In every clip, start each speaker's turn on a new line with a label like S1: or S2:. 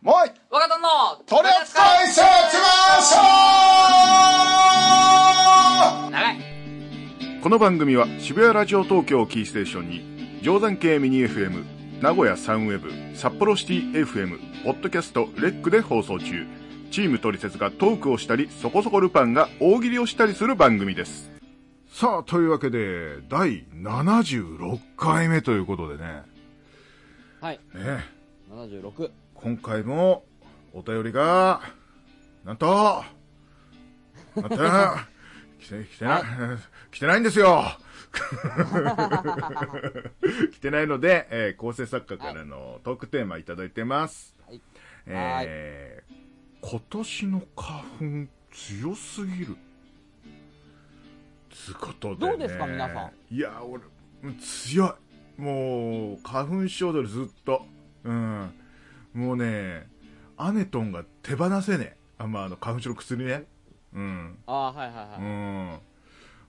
S1: もうい
S2: 若殿の
S1: 取り扱い説明書
S2: 長い
S1: この番組は渋谷ラジオ東京をキーステーションに定山系ミニ FM 名古屋サウンウェブ札幌シティ FM ポッドキャストレックで放送中チームトリセツがトークをしたりそこそこルパンが大喜利をしたりする番組ですさあというわけで第76回目ということでね
S2: はい
S1: ね
S2: 76
S1: 今回もお便りがなんとまた来て来てな、来てないんですよ 来てないので、えー構成作家からのトークテーマいただいてます、
S2: はい
S1: えー今年の花粉強すぎるつうことで、ね、
S2: どうですか皆さ
S1: んいや俺うん強いもう花粉症でずっとうんもうねアネトンが手放せねえあまああの花粉症の薬ねうん
S2: ああはいはいは
S1: う
S2: い、
S1: ん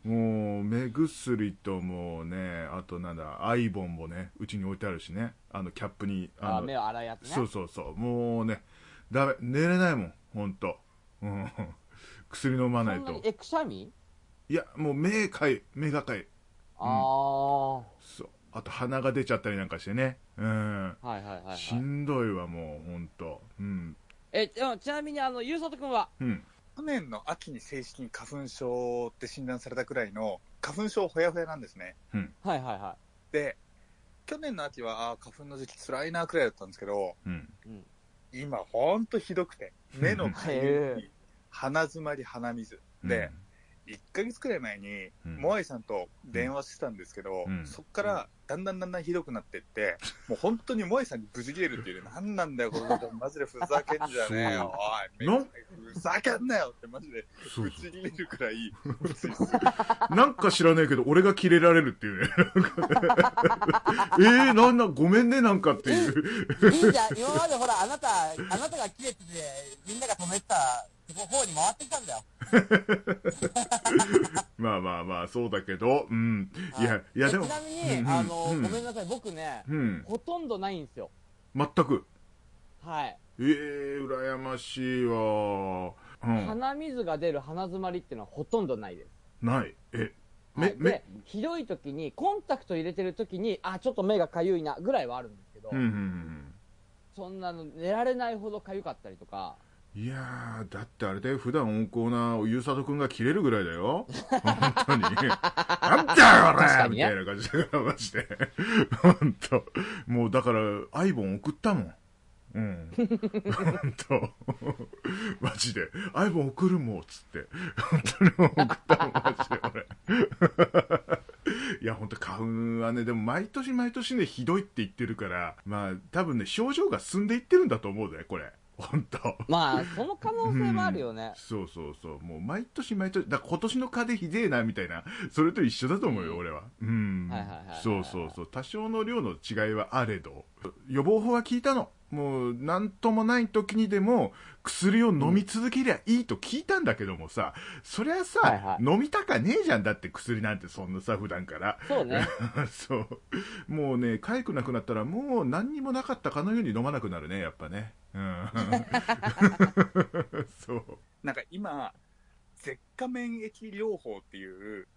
S1: もう目薬ともうねあとなんだアイボンもねうちに置いてあるしねあのキャップに
S2: あ
S1: の
S2: あ目を洗うやつね
S1: そうそうそうもうねダメ寝れないもんほんと、うん、 薬飲ま
S2: そ
S1: なんい
S2: な
S1: と
S2: にえくしゃみ
S1: いやもう目かゆい目がかゆい
S2: ああ、は
S1: そうあと鼻が出ちゃったりなんかしてねうん
S2: いはいはい、はい、
S1: しんどいわもうほんとうん
S2: えでもちなみにあのゆうさとくんは
S1: うん
S3: 去年の秋に正式に花粉症って診断されたくらいの花粉症ほやほやなんですね。
S2: はいはいは
S3: で、去年の秋は、あー花粉の時期辛いなくらいだったんですけど、
S1: うん
S3: 今ほんとひどくて、目のかゆ
S2: へ
S3: み、鼻詰まり、鼻水。で、1ヶ月くらい前に、
S1: うん
S3: モアイさんと電話してたんですけど、
S1: うん
S3: そっからだんだんだんだんひどくなってって、もう本当にモアイさんに無事切れるっていう、なんなんだよ、この方、マジでふざけんじゃね えよ、おい、
S1: なん
S3: ふざけんなよって、マジで、
S1: そう
S3: ぶ
S1: そ
S3: ち切れるく らい、きついっす
S1: うなんか知らねえけど俺がキレられるっていうねえー、なんだごめんねなんかっていう
S4: いいじゃん、今までほら、あなた、あなたが切れてて、みんなが止めてた方に回ってきたんだよ。
S1: まあまあまあそうだけどうんいやいやでも
S2: ちなみに、
S1: うんうん
S2: あの、
S1: うん
S2: ごめんなさい僕ね
S1: うん
S2: ほとんどないんですよ
S1: 全く
S2: はい、
S1: ええー、羨ましいわうん
S2: 鼻水が出る鼻詰まりっていうのはほとんどないです
S1: ないえ
S2: は
S1: め
S2: い、
S1: め
S2: でひどい時にコンタクト入れてる時にあちょっと目がかゆいなぐらいはあるんですけど、
S1: うんうんうん
S2: そんなの寝られないほどかゆかったりとか
S1: いやー、だってあれだよ、普段温厚なゆうさとくんが切れるぐらいだ よ。本当に。なん
S2: 確
S1: だよ、
S2: か
S1: 俺
S2: に
S1: み
S2: ね
S1: たいな感じだから、マジで。本当もうだから、アイボン送ったもん。うん。本当マジで。アイボン送るもん、つって。本当に送ったもん、マジで、俺。いや、本当花粉はね、でも毎年毎年ね、ひどいって言ってるから、まあ、多分ね、症状が進んでいってるんだと思うね、これ。本当
S2: まあその可能性もあるよね、
S1: そうそうそうもう毎年毎年だから今年の風邪ひでえなみたいなそれと一緒だと思うよ、俺はうん
S2: はいはいはいはい
S1: そうそうそう多少の量の違いはあれど予防法は聞いたのもう何ともない時にでも薬を飲み続けりゃいいと聞いたんだけどもさ、そりゃさ、
S2: はいは
S1: 飲みたかねえじゃんだって薬なんてそんなさ普段から
S2: そうね
S1: そうもうね痒くなくなったらもう何にもなかったかのように飲まなくなるねやっぱねうん そう
S3: なんか今、舌下免疫療法っていう、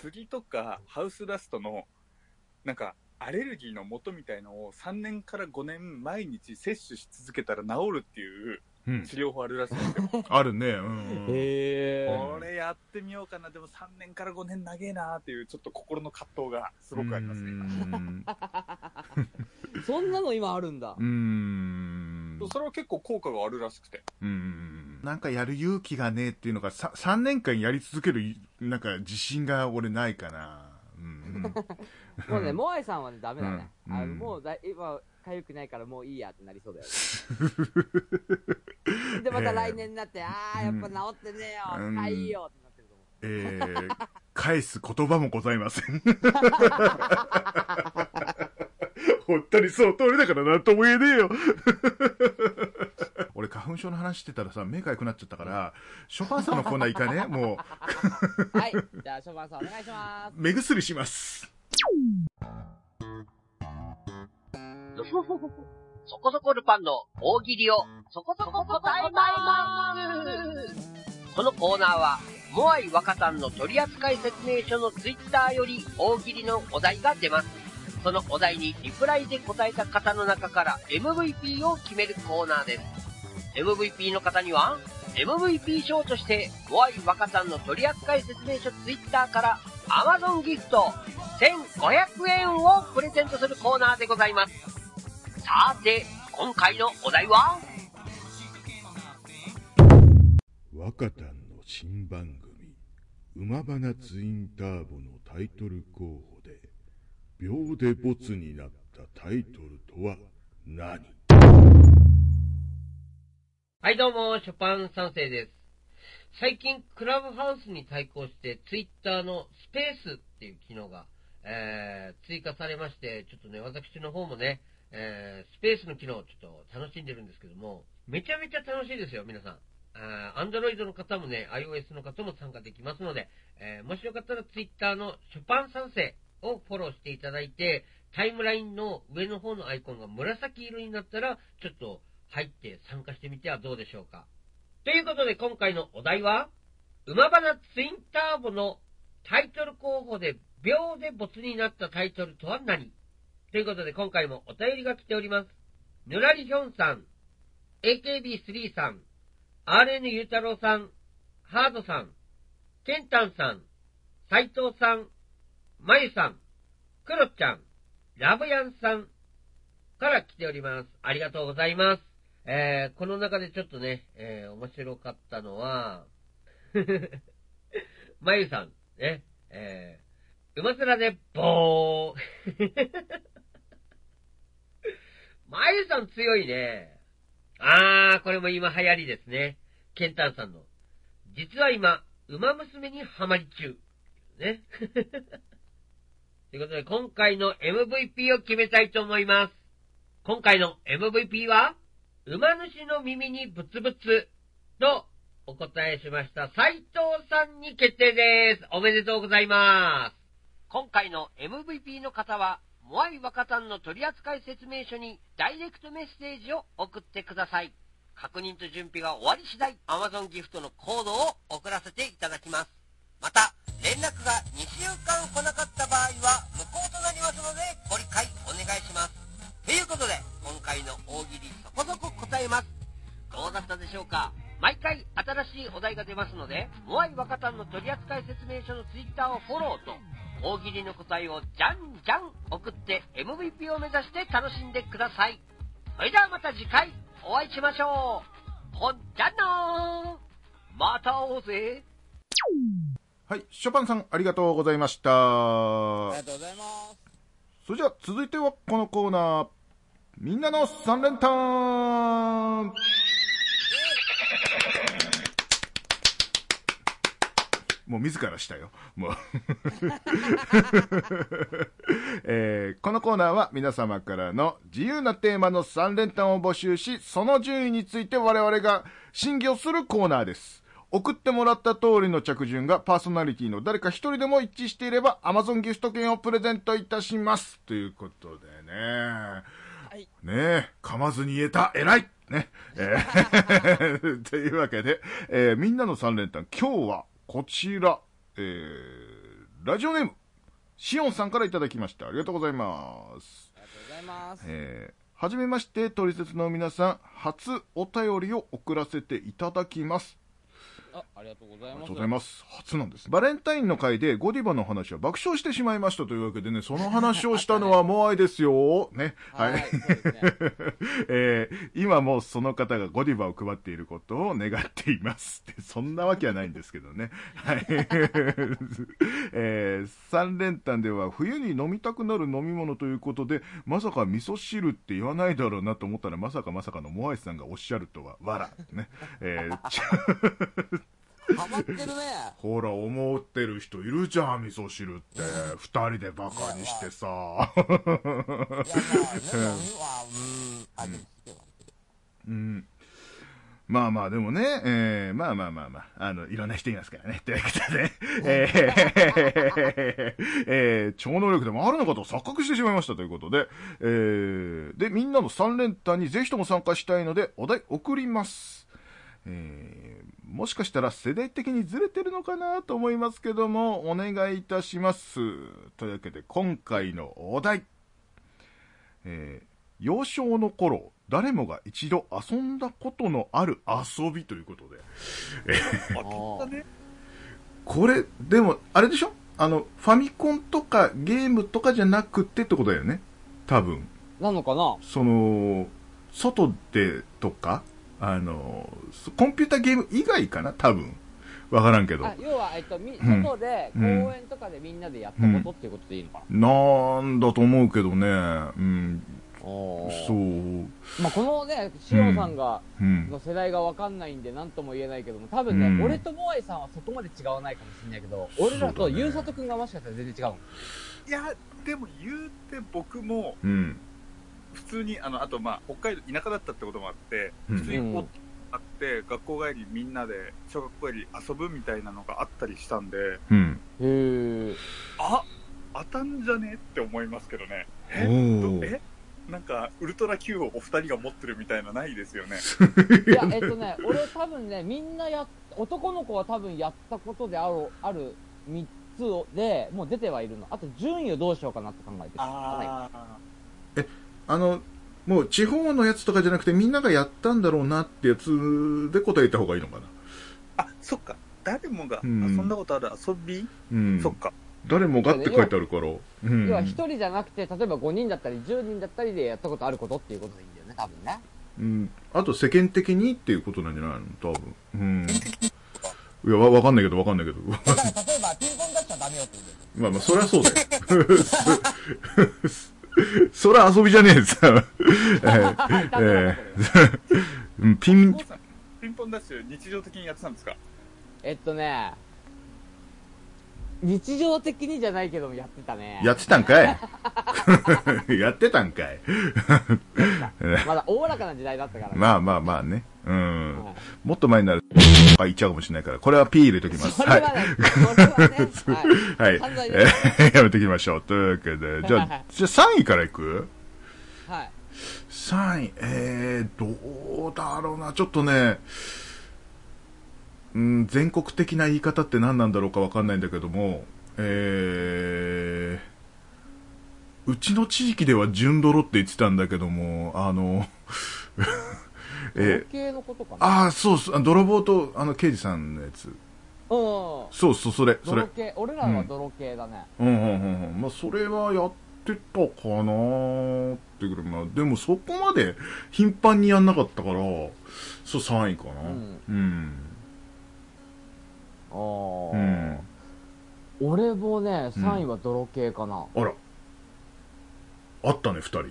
S3: 杉とかハウスダストの、なんか、アレルギーの元みたいのを3年から5年毎日摂取し続けたら治るっていう
S1: うん、
S3: 治療法あるらしいんですよ。
S1: あるね、うんうん、
S2: へ
S1: ー
S3: これやってみようかな。でも3年から5年長えなーっていう、ちょっと心の葛藤がすごくありますね。今
S1: ね。
S2: そんなの今あるんだ
S1: うーん。
S3: それは結構効果があるらしくて。
S1: うん。なんかやる勇気がねえっていうのが、さ3年間やり続ける、なんか自信が俺ないかな。うん。
S2: もうねモアイさんはねダメだね、
S1: うん
S2: あ
S1: う
S2: の
S1: ん
S2: もうだい今かゆくないからもういいやってなりそうだよ ねでまた来年になって、ああやっぱ治ってねえよ、
S1: うん
S2: かゆいよってなってると思う
S1: えー、返す言葉もございませ ん。本当にその通りだからなんとも言えねえよ。 俺花粉症の話してたらさ、目が良くなっちゃったから、ショパンさんのコーナー行かねもう。
S2: はいじゃあショパンさんお願いします
S1: 目薬します。
S5: そこそこルパンの大喜利をそこそこ答えますこのコーナーは、モアイ若さんの取扱説明書のツイッターより大喜利のお題が出ます。そのお題にリプライで答えた方の中から MVP を決めるコーナーです。MVP の方には、MVP 賞として、モアイ若さんの取扱説明書ツイッターから Amazon ギフト1500円をプレゼントするコーナーでございます。さて、今回のお題は
S1: 若田の新番組「馬花ツインターボ」のタイトル候補で秒でボツになったタイトルとは何
S5: はい、どうも、ショパン三世です。最近、クラブハウスに対抗して、ツイッターのスペースっていう機能が、えー追加されまして、ちょっとね、私の方もね、えースペースの機能をちょっと楽しんでるんですけども、めちゃめちゃ楽しいですよ、皆さん。アンドロイドの方もね、iOS の方も参加できますので、えーもしよかったらツイッターのショパン三世をフォローしていただいて、タイムラインの上の方のアイコンが紫色になったら、ちょっと入って参加してみてはどうでしょうか。ということで今回のお題は、馬花ツインターボのタイトル候補で秒で没になったタイトルとは何ということで今回もお便りが来ております。ぬらりひょんさん、AKB3 さん、RN ゆうたろうさん、ハードさん、ケンタンさん、斎藤さん、まゆさん、クロちゃん、ラブヤンさんから来ております。ありがとうございます。えー、この中でちょっとね、えー、面白かったのは、 まゆさん、ね、えー、馬面でボーン。 まゆさん強いね。あー、これも今流行りですね。ケンタンさんの。実は今、馬娘にハマり中。ね。 ということで、今回の MVP を決めたいと思います。今回の MVP は、馬主の耳にブツブツとお答えしました斉藤さんに決定です。おめでとうございます。今回の MVP の方は、モアイ若さんの取扱説明書にダイレクトメッセージを送ってください。確認と準備が終わり次第、Amazon ギフトのコードを送らせていただきます。
S4: また、連絡が2週間来なかった場合は無効となりますので、ご理解お願いします。
S5: ということで、今回の大喜利そこそこ答えます。どうだったでしょうか毎回新しいお題が出ますので、モアイ若さんの取扱説明書のツイッターをフォローと、大喜利の答えをじゃんじゃん送って MVP を目指して楽しんでください。それではまた次回お会いしましょう。ほんじゃのーまた会おうぜ。
S1: はいショパンさんありがとうございました
S4: ありがとうございます。
S1: それじゃあ続いてはこのコーナーみんなの三連単もう自らしたよ。もう。えーこのコーナーは皆様からの自由なテーマの三連単を募集し、その順位について我々が審議をするコーナーです。送ってもらった通りの着順がパーソナリティの誰か一人でも一致していれば Amazon ギフト券をプレゼントいたします。ということでね。
S2: い
S1: ねえ、噛まずに言えた、偉いね。えーというわけで、えーみんなの三連単、今日はこちら、えーラジオネーム、シオンさんからいただきました。ありがとうございます。
S2: ありがとうございます。
S1: えーはじめまして、トリセツの皆さん、初お便りを送らせていただきます。
S2: あありがとうござ
S1: あ
S2: い
S1: り
S2: ま
S1: が
S2: す。
S1: とうございます。初なんです。バレンタインの回でゴディバの話は爆笑してしまいましたというわけでね、その話をしたのはモアイですよ。ね。はい。
S2: はい、そうですね。
S1: えー今もその方がゴディバを配っていることを願っていますって、 そんなわけはないんですけどね。はい。 えー三連単では冬に飲みたくなる飲み物ということで、まさか味噌汁って言わないだろうなと思ったら、まさかまさかのモアイさんがおっしゃるとは、わら。ね。えー ちゃ
S4: ハマってるね。
S1: ほら、思ってる人いるじゃん、味噌汁って。二人でバカにしてさ。
S4: いや、まあ、ね、飲みは、うーん、あ、でも、
S1: うんまあまあ、でもね、えー、まあまあまあまあ、あの、いろんな人いますからね、ということでね、えー、えー、超能力でもあるのかと錯覚してしまいましたということで、えー、で、みんなの3連単にぜひとも参加したいので、お題送ります。えー、もしかしたら世代的にずれてるのかなと思いますけども、お願いいたします。というわけで、今回のお題、えー、幼少の頃、誰もが一度遊んだことのある遊びということで。
S3: 当たったね。
S1: これ、でも、あれでしょあの、ファミコンとかゲームとかじゃなくてってことだよね。多分。
S2: なのかな
S1: その、外でとか、あの、そコンピューターゲーム以外かな多分。わからんけど。
S2: あ要は、えっと、み
S1: うん
S2: 外で、公
S1: うん
S2: 園とかでみんなでやったことっていうことでいいのか
S1: な
S2: な、
S1: んだと思うけどね。うん。
S2: そ
S1: そう。
S2: まあ、このね、しおさんが、
S1: うん。
S2: の世代がわかんないんで、なんとも言えないけども、多分ね、
S1: うん
S2: 俺とモアイさんはそこまで違わないかもしれないけど、俺ら
S1: そ
S2: と
S1: うだね
S2: ゆうさとくんがもしかしたら全然違うの。
S3: いや、でも言うて僕も、
S1: うん。
S3: 普通に、あの、あとまあ、北海道田舎だったってこともあって、
S1: うん
S3: 普通にこう、あって、学校帰りみんなで、小学校帰り遊ぶみたいなのがあったりしたんで、
S1: うん。
S2: へえ。
S3: あ当たんじゃねって思いますけどね。
S1: お
S3: えど
S1: ー
S3: えなんか、ウルトラ Q をお二人が持ってるみたいなないですよね。
S2: いや、えっとね、俺多分ね、みんなやっ、男の子は多分やったことである、ある3つをで、もう出てはいるの。あと、順位をどうしようかなって考えてる。
S3: ああ。
S1: あの、もう地方のやつとかじゃなくてみんながやったんだろうなってやつで答えた方がいいのかな。
S3: あ、そっか。誰もが遊んだことある遊び、
S1: うん。
S3: そっか。
S1: 誰もがって書いてあるから。うん
S2: 要は1人じゃなくて、例えば5人だったり、10人だったりでやったことあることっていうことでいいんだよね、多分ね。
S1: うん、あと世間的にっていうことなんじゃないの多分。うん。いや、わ、わかんないけど、わかんないけど。
S4: だから例えば、ピンポンだっちゃダメよって言うんだよ
S1: まあまあ、そりゃそうだよ。 そりゃ遊びじゃねえさ。えーえーうんピン
S3: お、父さん、ピンポンダッシュ日常的にやってたんですか
S2: えっとね、日常的にじゃないけどもやってたね。
S1: やってたんかい やってたんかい
S2: まだおおらかな時代だったから、ね。
S1: まあまあまあね。うん
S2: はい。
S1: もっと前になるとか言っちゃうかもしれないから、これはピー入れときます。
S2: それはね、それはね、はい。
S1: はい。
S2: 犯罪
S1: え ーやめていきましょう。というわけで、じゃあ、じゃあ3位からいく
S2: はい。
S1: 3位、えー、どうだろうな、ちょっとね、うん、全国的な言い方って何なんだろうかわかんないんだけども、えー、うちの地域では純泥って言ってたんだけども、あの、 えー
S2: 時計のことかな。
S1: ああ、そうそう、あ泥棒と、あの、刑事さんのやつ。
S2: うん。
S1: そうそう、それ、それ
S2: 泥。系、俺らは泥系だね。
S1: うんうんうんうん。まあ、それはやってたかなーってぐらい。まあ、でもそこまで頻繁にやんなかったから、そう、3位かな。
S2: うん
S1: うん。
S2: あー
S1: うん。
S2: 俺もね、3位は泥系かな。
S1: あら。あったね、2人。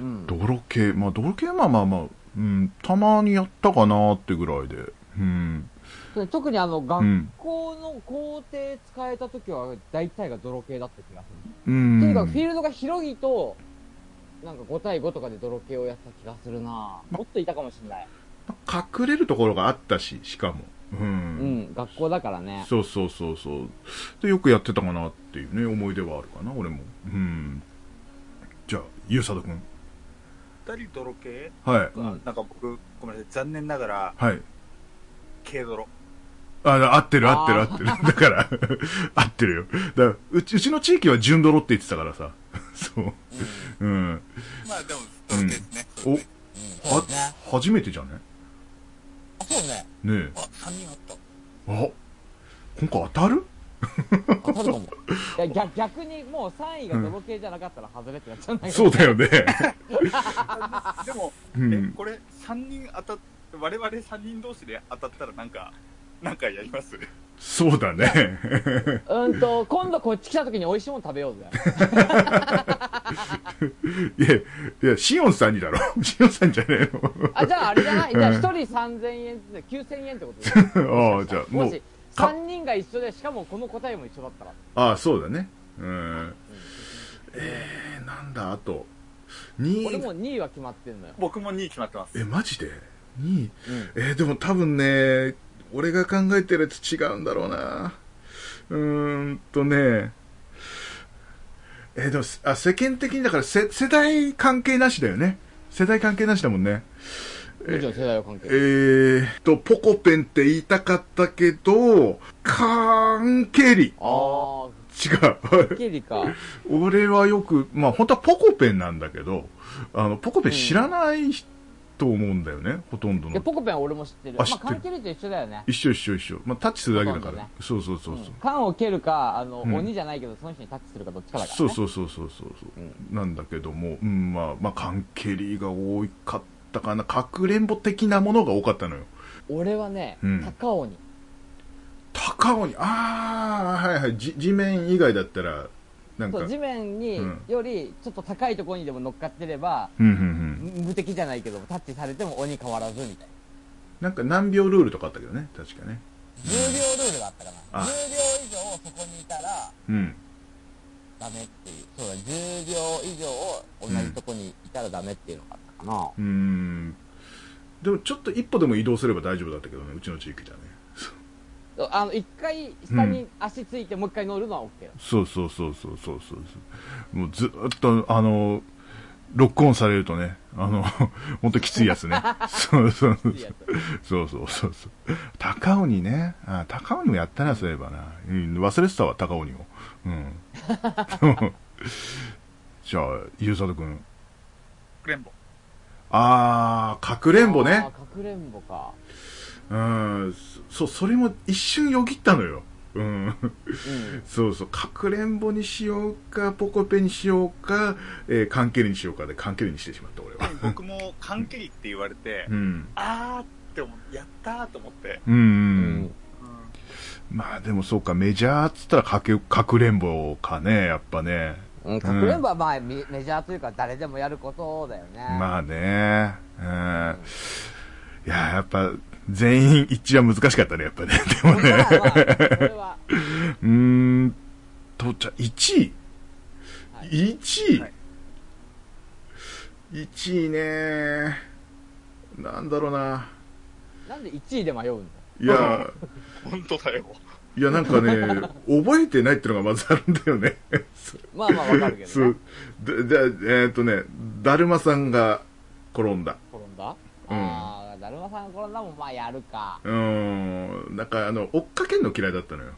S2: うん。
S1: 泥系。まあ、泥系はまあまあまあ、うん、たまにやったかなーってぐらいで。うん。
S2: で特にあの、
S1: う
S2: 学
S1: ん。
S2: 校の校庭使えた時は、大体が泥系だった気がする。
S1: うん。
S2: とにかくフィールドが広いと、なんか5対5とかで泥系をやった気がするなぁもっといたかもしれない。
S1: 隠れるところがあったし、しかも。う。
S2: うんん、学校だからね。
S1: そうそうそうそう。で、よくやってたかなっていうね、思い出はあるかな、俺も。うん。じゃあ、ゆうさとくん。
S3: 二人泥系
S1: はい。
S2: うん
S3: なんか僕、ごめんなさい、残念ながら、
S1: はい。
S3: 軽泥。
S1: あ、合ってる合ってる合
S2: あ
S1: ってる。 だから、合ってるよ。だからうち、うちの地域は純泥って言ってたからさ。 そう。うん。
S3: まあでも、泥系ですね。
S1: お、
S4: うんそうですね。
S1: あ、初めてじゃね
S4: あそうね。
S1: ね
S4: あ、3人あった。
S1: え。あ、今回当たる
S2: 当たるかも。いや逆逆にもう3位が泥系じゃなかったら外れってなっちゃうんだけど。
S1: そう だよね。
S3: でも、
S1: う
S3: え
S1: ん。
S3: これ、三人当たっ、我々三人同士で当たったらなんか、なんかやります
S1: そう だね。
S2: うんと、今度こっち来た時に美味しいもの食べ ようぜ。
S1: いや、いや、シオンさんにだろ。 シオンさんじゃね
S2: あ、じゃああれじゃないじゃあ
S1: うん
S2: 1人3000円で9000円ってことで
S1: えの。ああ、じゃあ、も
S2: も
S1: う
S2: し、3人が一緒で、しかもこの答えも一緒だったら。
S1: ああ、そうだね。うん。えー、なんだ、あと。
S2: 俺も
S1: 2、
S2: う2位は決まってんのよ。
S3: 僕も2位決まってます。
S1: え、マジでに、えーでも多分ね、俺が考えてるやつ違うんだろうな。うーんとね、えーでも、あ、世間的にだからせ世代関係なしだよね。世代関係なしだもんね。
S2: もちろん世代は関係
S1: え
S2: ない。
S1: ーっと、ポコペンって言いたかったけど、関係り。
S2: あ
S1: 違う
S2: あ、。ケリか。
S1: 俺はよく、まあ本当はポコペンなんだけど、あの、ポコペン知らないと思うんだよね、ほとんど
S2: い
S1: の。
S2: や、ポコペンは俺も知ってる。
S1: あ
S2: ま
S1: 知って
S2: あ、
S1: る
S2: 缶蹴りと一緒だよね。
S1: 一緒一緒一緒。まあタッチするだけだか
S2: ほとんど
S1: ら
S2: ね。
S1: そうそうそうそう。
S2: うん缶を蹴るか、あの、
S1: うん
S2: 鬼じゃないけど、その人にタッチするかどっちかだから、ね。
S1: そうそうそうそうそうそう、なんだけども、うん、まあまあ関係りが多かったかなかくれんぼ的なものが多かったのよ
S2: 俺はね、
S1: うん
S2: 高尾に。
S1: 高尾にああはいはいじ地面以外だったらなんか
S2: そう、地面に
S1: うん
S2: より、ちょっと高いところにでも乗っかってれば、
S1: うんうんうん
S2: 無敵じゃないけど、タッチされても鬼変わらずみたい
S1: な
S2: な。
S1: んか何秒ルールとかあったけどね確かね
S4: 10秒ルールがあったかな。
S1: あ
S4: 10秒以上そこにいたら
S1: うん
S4: ダメっていう。そうだ、10秒以上同じとこにいたらダメっていうのがあったかな。
S1: うーんでもちょっと一歩でも移動すれば大丈夫だったけどねうちの地域じゃね
S2: あの、一回下に足ついて、もう一回乗るのは OK だ。
S1: そうそうそうそうそうそうそうもうずっとあのロックオンされるとねあの 本当きついやつねそうそうそう
S2: いいやつ
S1: そうそうそうそう。高尾にね。あ高尾にもやったな、そういえばな。うん、忘れてたわ、高尾にも。うん。 じゃあ、ゆうさとくん。
S3: クレンボ。
S1: あー、かくれんぼ
S2: あ
S1: ね
S2: ー。かくれんぼか。
S1: うん。そそう、それも一瞬よぎったのよ。うん。
S2: うん。
S1: そうそう。かくれんぼにしようか、ポコペにしようか、えー、関係にしようかで、関係にしてしまった、俺 は。
S3: 僕も缶蹴りって言われて、
S1: うん。
S3: あーって思って、やったーと思って。
S1: うん。
S2: う
S1: うん、。まあでもそうか、メジャーっつったらかけ、かくれんぼかね、やっぱね。
S2: うん、かくれんぼは、まあ、みメジャーというか、誰でもやることだよね。
S1: まあね、うん。いや、やっぱ、全員一致は難しかったね、やっ ぱね。でも
S2: まあ、まあ、
S1: ね。
S2: これは。
S1: うーんと、じゃあ、1位。
S2: はい
S1: 1位、
S3: はい
S1: 1位ね。なんだろうな。
S2: なんで1位で迷うんだ
S1: いや、
S3: 本当だよ。
S1: いや、なんかね、覚えてないってのがまずあるんだよね。
S2: まあまあわかるけど
S1: そ
S2: ね
S1: う。。だだえっ、とね、だるまさんが転んだ。
S2: 転んだ、
S1: うん
S2: ああ、だるまさんが転んだもん、まあやるか。
S1: うーん。なんか、あの、追っかけんの嫌いだったのよ。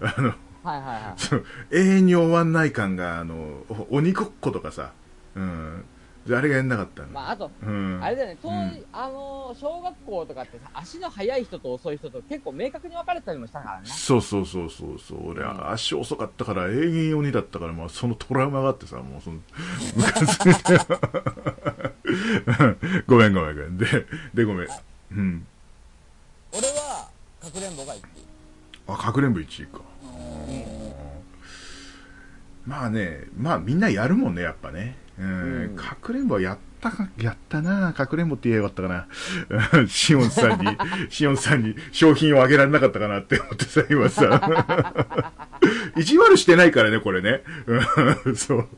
S1: あの、
S2: はいはいはい。
S1: そう永遠に終わんない感が、あの、お鬼ごっことかさ、うん。であれがやんなかったの。
S2: まああと、
S1: うん。
S2: あれだよね、当時、
S1: う
S2: あのー小学校とかってさ、足の速い人と遅い人と結構明確に分かれたりもしたからね。
S1: そうそうそうそうそう。俺、
S2: うん
S1: 足遅かったから、永遠鬼だったから、まあ、そのトラウマがあってさ、もう、 その、 昔ごめんごめんごめん。で、で、ごめん。うん。
S4: 俺は、かくれんぼが1位。
S1: あ、かくれんぼ1位か。まあね、まあみんなやるもんね、やっぱね。うん。
S2: うん
S1: かくれんぼはやったか、やったなかくれんぼって言えばよかったかな。うんシオンさんに、 シオンさんに商品をあげられなかったかなって思ってさ、今さ。 意地悪してないからね、これね。うん そう。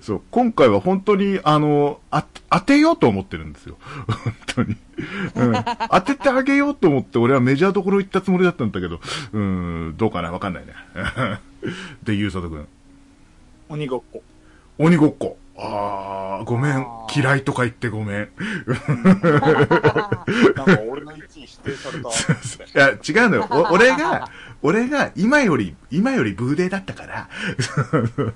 S1: そう。今回は本当に、あの、あ、当てようと思ってるんですよ。本当に。うん。当ててあげようと思って、俺はメジャーどころ行ったつもりだったんだけど、うん、どうかなわかんないね。 で、ゆうさとくん。
S3: 鬼ごっこ。
S1: 鬼ごっこ。あー、ごめん
S2: あ。ー
S1: 嫌いとか言ってごめん。い
S3: なんか俺の1位否定された。
S1: や、違うのよ。お俺が、俺が今より、今よりブーデーだったから、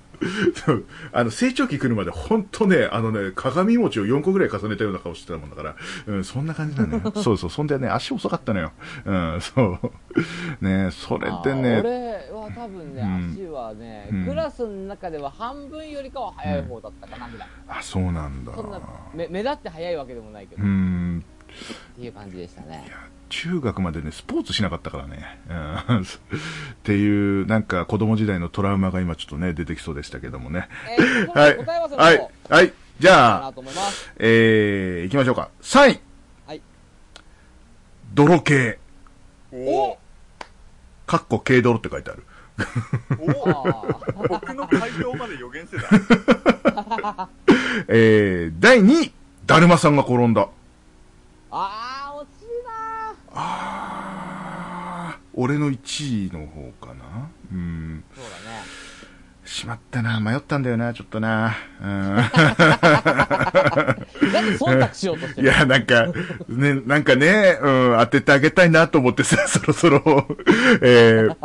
S1: そうあの、成長期来るまでほんとね、あのね、鏡餅を4個ぐらい重ねたような顔してたもんだから、うん、そんな感じなのよ。そうそう、そんでね、足遅かったのよ。うん、そう。ねそれで
S2: あー
S1: ね、
S2: 俺は多分ね、
S1: うん
S2: 足はね、
S1: うん
S2: クラスの中では半分よりかは速い方だったかな、ぐらい。
S1: あ、そうなんだ。
S2: そんな、め目立って速いわけでもないけど、
S1: う
S2: っ
S1: ん、
S2: ていう感じでしたね。
S1: 中学までね、スポーツしなかったからね。うん っていう、なんか子供時代のトラウマが今ちょっとね、出てきそうでしたけどもね。
S2: えー、今
S1: は
S2: 回
S1: い。
S2: 答え合わせの
S1: はい
S2: 方、。
S1: はい。じ
S2: か
S1: ゃ
S2: な
S1: あ、
S2: と思います。
S1: えー、行きましょうか。3位。
S2: はい。
S1: 泥系。
S3: お
S1: かっこ軽泥って書いてある。
S3: お
S2: あ ー
S3: 僕の回答まで予言してた。
S1: えー、第2位。だるまさんが転んだ。
S2: あ
S1: 俺の1位の方かなうん
S2: そうだね。
S1: しまったな迷ったんだよなちょっとなうん
S2: なんで忖度しようとして
S1: い
S2: る
S1: や、なんか、ね、なんかね、うん、当ててあげたいなと思ってさ、 そろそろ、えー、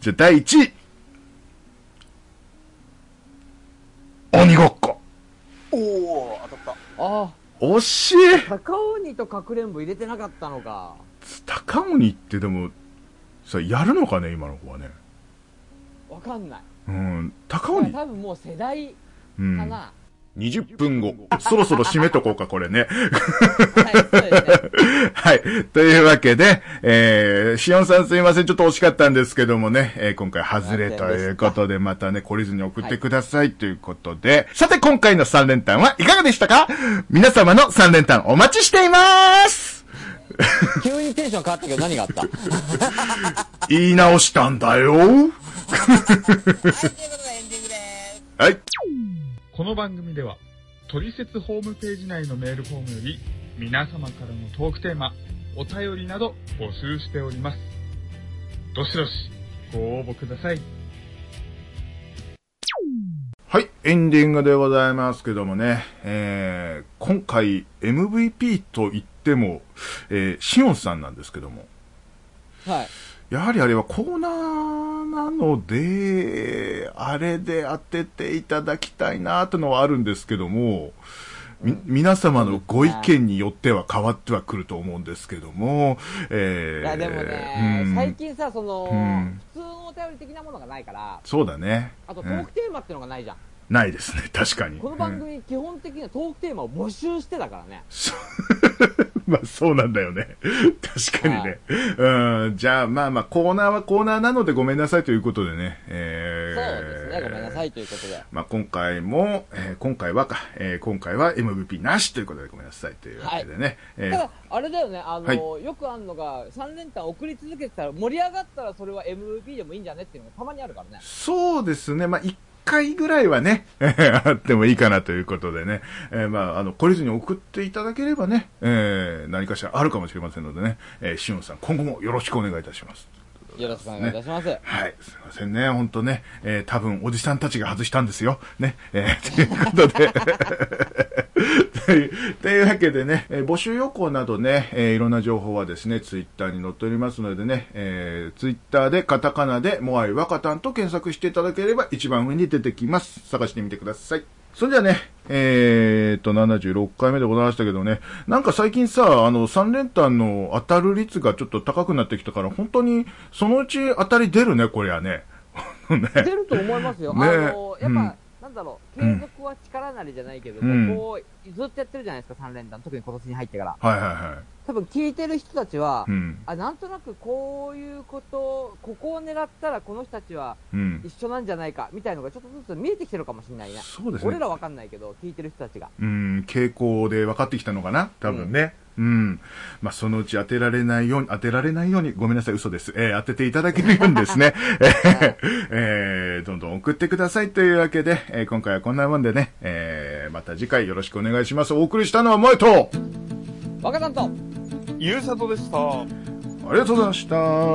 S1: じゃあ第1位。鬼ごっこ。
S3: おお当たっ
S2: あ
S1: 惜しい
S2: あ、高鬼とかくれんぼ入れてなかったのか。
S1: 高鬼ってでも、さ、やるのかね、今の子はね。
S2: わかんない。
S1: うん、高
S2: 多
S1: 鬼。
S2: 分もう世代
S1: う
S2: か
S1: ん。
S2: な。
S1: 20分後。そろそろ締めとこうか、これね。
S2: はい、そうですね。
S1: はい。というわけで、えー、しおんさんすいません。ちょっと惜しかったんですけどもね、えー今回外れということで、またね、懲りずに送ってくださいということで、さて今回の3連単はいかがでしたか皆様の3連単お待ちしています
S2: 急にテンション変わったけど何があった
S1: 言い直したんだよ
S4: はい、ということでエンディングです。
S1: はい。
S6: この番組では、トリセツホームページ内のメールフォームより、皆様からのトークテーマ、お便りなど募集しております。どしどし、ご応募ください。
S1: はい、エンディングでございますけどもね、えー、今回 MVP と言っても、えー、しおんさんなんですけども、
S2: はい。
S1: やはりあれはコーナーなので、あれで当てていただきたいなというのはあるんですけども、み、皆様のご意見によっては変わってはくると思うんですけども、えー
S2: いや、でもね、
S1: うん
S2: 最近さ、その、
S1: うん
S2: 普通のお便り的なものがないから、
S1: そうだね。
S2: あと
S1: う
S2: トー
S1: ん
S2: クテーマってのがないじゃん。
S1: ないですね、確かに。
S2: この番組、基本的にはトークテーマを募集してだからね。
S1: そう まあそうなんだよね。確かにね。うん。じゃあまあまあコーナーはコーナーなのでごめんなさいということでね。えー
S2: そうですね、ごめんなさいということで。
S1: まあ今回も、えー今回はか、えー今回は MVP なしということでごめんなさいというわけでね。え
S2: た
S1: ー
S2: だ、あれだよね、あの、よくあんのが、3連単送り続けてたら、盛り上がったらそれは MVP でもいいんじゃねっていうのがたまにあるからね。
S1: そうですね。まあ一回ぐらいはね、 あってもいいかなということでね。えーまああの、懲りずに送っていただければね、えー何かしらあるかもしれませんのでね。えー、しおんさん今後もよろしくお願いいたします。
S2: よろしくお願いいたし ます。
S1: はい、すいませんね、ほんとね、えー多分おじさんたちが外したんですよ。ね、えーということで。 というというわけでね、えー募集要項などね、えーいろんな情報はですね、ツイッターに載っておりますのでね、えー、ツイッターでカタカナで、モアイワカタンと検索していただければ一番上に出てきます。探してみてください。それじゃあね、えーっと、76回目でございましたけどね、なんか最近さ、あの、3連単の当たる率がちょっと高くなってきたから、本当に、そのうち当たり出るね、こりゃね。ほんと
S2: 出
S1: ね。
S2: ると思いますよ。
S1: ねえ
S2: あの、や
S1: う
S2: っぱ、
S1: ん
S2: なんだろう、
S1: う
S2: 継
S1: ん
S2: 続は力なりじゃないけど、
S1: うん
S2: こう、ずっとやってるじゃないですか、3連単。特に今年に入ってから。
S1: はいはいは
S2: 多分聞いてる人たちは、
S1: い。うん。
S2: あ、なんとなくこういうこと、ここを狙ったらこの人たちは
S1: うん。
S2: 一緒なんじゃないか、みたいのがちょっとずつ見えてきてるかもしれないね。
S1: そうですね。
S2: 俺らわかんないけど、聞いてる人たちが。
S1: うん、傾向で分かってきたのかな多分ね。うん。まあ、そのうち当てられないように、当てられないように、ごめんなさい、嘘です。えー当てていただけるようにです ね、えーえーどんどん送ってくださいというわけで、えー今回はこんなもんでね、えーまた次回よろしくお願いします。お送りしたのは萌と
S2: 若さんと、さ
S3: たゆうさとでした
S1: ありがとうございました
S2: あ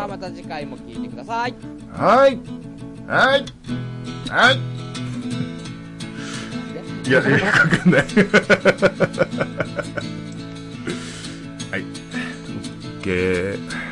S1: は
S2: また次回も聞いてください。
S1: い。はい。はい。いや、いや、 かかんない。 はい。オッケー。